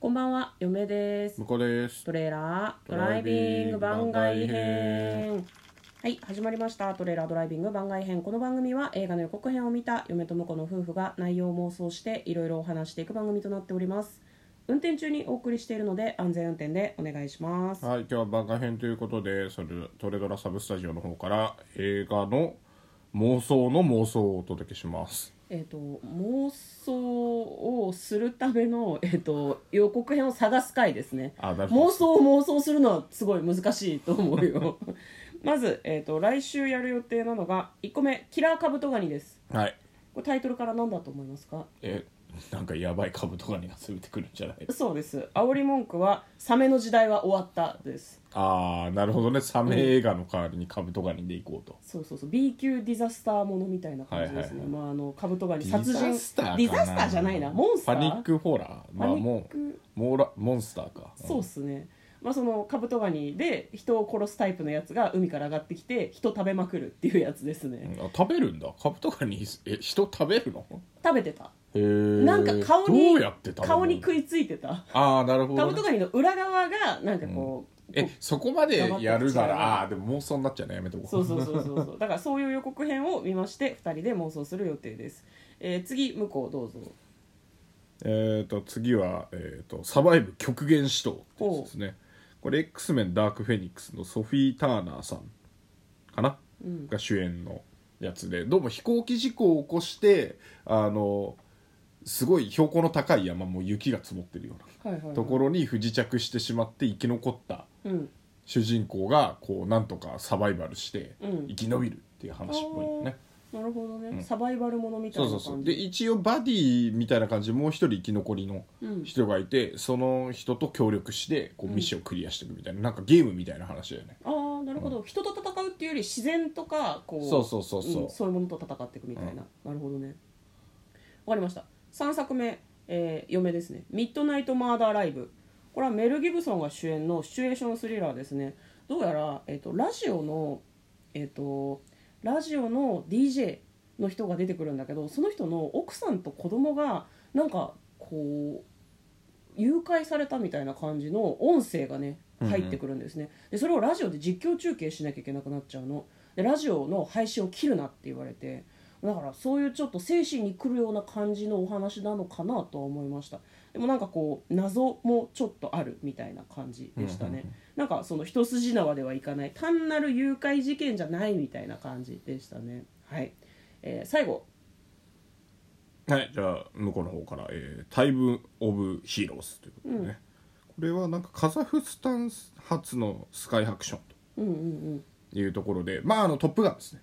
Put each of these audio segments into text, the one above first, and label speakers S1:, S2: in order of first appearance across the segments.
S1: こんばんは、嫁です
S2: 向。こうです
S1: トレーラード
S2: ド
S1: ラ
S2: ラ
S1: イ
S2: イ
S1: ビ
S2: ビ
S1: ン
S2: ン
S1: グ
S2: グ
S1: 番
S2: 番
S1: 外
S2: 外
S1: 編
S2: 編。
S1: はい、始まりました。トレーラードライビング番外編。この番組は映画の予告編を見た嫁と婿の夫婦が内容を妄想していろいろお話していく番組となっております。運転中にお送りしているので安全運転でお願いします。
S2: はい今日は番外編ということでそれトレドラサブスタジオの方から映画の妄想の妄想をお届けします
S1: えっ、と妄想をするためのえっ、と予告編を探す回ですね。
S2: あなるほ
S1: 妄
S2: ど
S1: 想を妄想するのはすごい難しいと思うよ まず、えー、と来週やる予定なのが1個目「キラーカブトガニ」です
S2: はい
S1: これタイトルから何だと思いますか
S2: えなんかやばい株とかに集めてくるんじゃない
S1: そうです煽り文句は「サメの時代は終わった」です
S2: ああなるほどねサメ映画の代わりに株とかにでいこうと、
S1: そうそうそう B 級ディザスターものみたいな感じですね、
S2: はいはい
S1: まああのカブトガニ殺人
S2: ディザスターかな
S1: ディザスターじゃないなモンスター
S2: パニックホラーまあ
S1: パニッ
S2: も
S1: ク
S2: うモーラモンスターか
S1: そうっすね、まあ、そのカブトガニで人を殺すタイプのやつが海から上がってきて人食べまくるっていうやつですね、
S2: うんあ食べるんだ株とかにえ人食べるの
S1: 食べてた
S2: へえ
S1: なんか顔に
S2: どうやって食べるの
S1: 顔に食いついてた
S2: ああなるほ
S1: カ
S2: どね、
S1: ブトガニの裏側がなんかこう、
S2: え
S1: こう
S2: そこまでやる
S1: 黙
S2: な
S1: って口が
S2: らああーでも妄想になっちゃうねやめとこう
S1: そうそうそうそうそうだからそういう予告編を見まして2人で妄想する予定です、えー次向こうどうぞ
S2: えっと次は、えーと「サバイブ極限死闘」ってやつですねこれ X メンダークフェニックスのソフィー・ターナーさんかな、
S1: うん
S2: が主演のやつでどうも飛行機事故を起こしてあのすごい標高の高い山も雪が積もってるよう
S1: はいはい、は、
S2: ないところに不時着してしまって生き残った
S1: うん
S2: 主人公がこうなんとかサバイバルして
S1: うん
S2: 生き延びるっていう話っぽいよね、
S1: なるほどね、
S2: ん
S1: サバイバルものみたい
S2: そ
S1: な
S2: うそ
S1: 感
S2: う
S1: じ
S2: そうで一応バディみたいな感じでもう一人生き残りの
S1: うん
S2: 人がいて、その人と協力してこうミッションをクリアしていくみたいな、なんかゲームみたいな話だよね
S1: ああなるほど、人と戦うっていうより自然とかこう
S2: そうそうそうそう
S1: うんそういうものと戦っていくみたいな、なるほどねわかりました3作目、えー嫁ですね「ミッドナイト・マーダー・ライブ」これはメル・ギブソンが主演のシチュエーションスリラーですねどうやら、えー、とラジオのえっ、とラジオの DJ の人が出てくるんだけどその人の奥さんと子供がなんかこう誘拐されたみたいな感じの音声がね
S2: うんうん
S1: 入ってくるんですね、でそれをラジオで実況中継しなきゃいけなくなっちゃうのでラジオの配信を切るなって言われてだからそういうちょっと精神にくるような感じのお話なのかなとは思いましたでもなんかこう謎もちょっとあるみたいな感じでしたね、
S2: うんうんうん
S1: なんかその一筋縄ではいかない単なる誘拐事件じゃないみたいな感じでしたねはい、えー最後
S2: はいじゃあ向こうの方から「えー、タイム・オブ・ヒーローズ」ということでね、これはなんかカザフスタン発のスカイハクション
S1: うんうん
S2: というところでまああのトップガンですね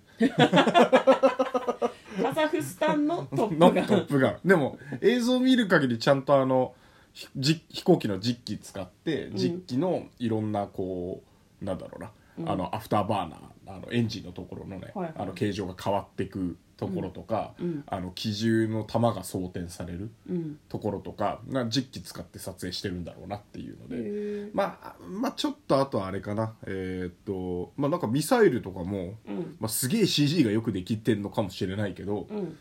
S1: うんカザフスタンのトップ
S2: のト
S1: が
S2: ップガンでも映像を見る限りちゃんとあのひじ飛行機の実機使って実機のいろんなこうなんだろうな、あのアフターバーナーあのエンジンのところのね、
S1: はいはい
S2: あの形状が変わってくところとか、
S1: うんうん
S2: あの機銃の弾が装填される
S1: うん
S2: ところとかな実機使って撮影してるんだろうなっていうの
S1: へ
S2: で。
S1: ー
S2: まあ、まあちょっとあとあれかなえーっとまあなんかミサイルとかも、
S1: うん
S2: まあ、すげえ CG がよくできてんのかもしれないけど、
S1: うん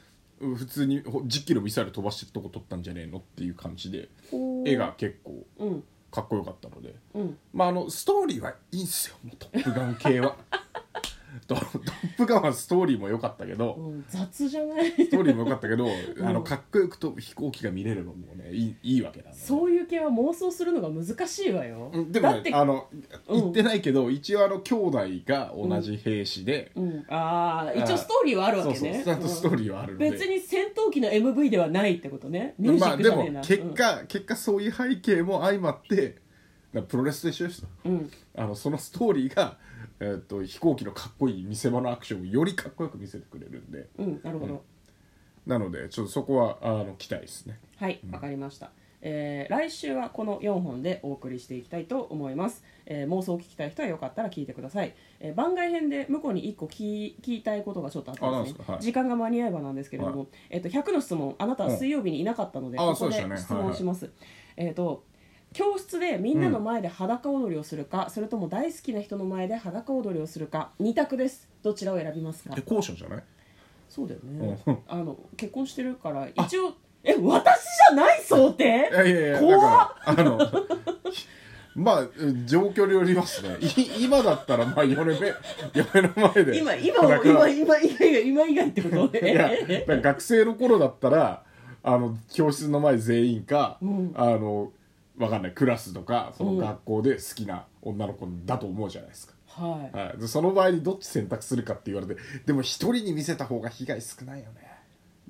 S2: 普通にほ10キロミサイル飛ばしてるとこ撮ったんじゃねえのっていう感じで
S1: おー
S2: 絵が結構
S1: うん
S2: かっこよかったので
S1: うん
S2: まああのストーリーはいいんすよもうトップガン系は トトップガンはストーリーも良かったけ
S1: う
S2: ど
S1: ん雑じゃない
S2: ストーリーも良かったけど、
S1: ん
S2: あのかっこよくと飛行機が見れればもうねいいいいわけなんで
S1: そういう系は妄想するのが難しいわよ
S2: うんで
S1: だ
S2: も
S1: って
S2: ねあの
S1: うん
S2: 言ってないけど、一応あの兄弟が同じ兵士で、
S1: うん、ああ一応ストーリーはあるわ
S2: そう
S1: け
S2: そう
S1: ね
S2: ちゃんとストーリーはあ
S1: う
S2: る
S1: ん
S2: ので、
S1: 別に戦闘機の MV ではないってことねミュージ
S2: まあ
S1: ック
S2: で
S1: じゃねえな、
S2: も結果、結果そういう背景も相まってだからプロレスと一緒ですよ
S1: うん、うん
S2: あのそのストーリーが、 えー、と飛行機のかっこいい見せ場のアクションをよりかっこよく見せてくれるんで
S1: うんなるほど、
S2: うんなのでちょっとそこはあの期待ですね
S1: はい、わかりました。えー来週はこの4本でお送りしていきたいと思います、えー妄想を聞きたい人はよかったら聞いてください、えー番外編で向こうに1個聞き聞きたいことがちょっとあったんです
S2: あなん
S1: ね
S2: ですかはい
S1: 時間が間に合えばなんですけれども、
S2: は
S1: えっと100の質問あなたは水曜日にいなかったので、
S2: うんあ
S1: ここで
S2: そうでし
S1: 質
S2: たねはい
S1: 問
S2: はい
S1: します、えっ、と教室でみんなの前で裸踊りをするか、それとも大好きな人の前で裸踊りをするか2択ですどちらを選びますか
S2: え後者じゃない
S1: そうだよね、
S2: うん
S1: あの結婚してるから一応え私じゃない想定
S2: いやいやいや
S1: 怖っ
S2: だからあの まあ状況によりますねい今だったらまあ嫁目 嫁の前で
S1: 今今
S2: だ
S1: も
S2: から
S1: 今今以外今以外ってこと
S2: いや
S1: ね
S2: だから学生の頃だったらあの教室の前全員か、
S1: うん
S2: あのわかんないクラスとかそ
S1: うん
S2: の学校で好きな女の子だと思うじゃないですか、
S1: はい
S2: はい、でその場合にどっち選択するかって言われてでも一人に見せた方が被害少ないよね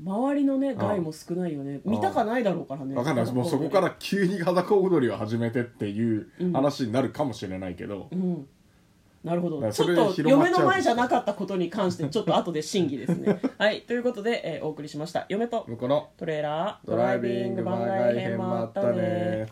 S1: 周りのね害も少ないよね
S2: うん
S1: 見たかないだろうからね
S2: わかんないもうそこから急に裸踊りを始めてっていう話になるかもしれないけど、
S1: うんなるほ
S2: だか
S1: ど
S2: ら
S1: ち
S2: そ
S1: ょ
S2: れ
S1: っ
S2: で
S1: と
S2: 広まっ
S1: 嫁
S2: ちゃう
S1: の前じゃなかったことに関してちょっと 後で審議ですねはいということで、えーお送りしました嫁と
S2: 向こうの
S1: トレーラード
S2: ドライビング番外編もあったね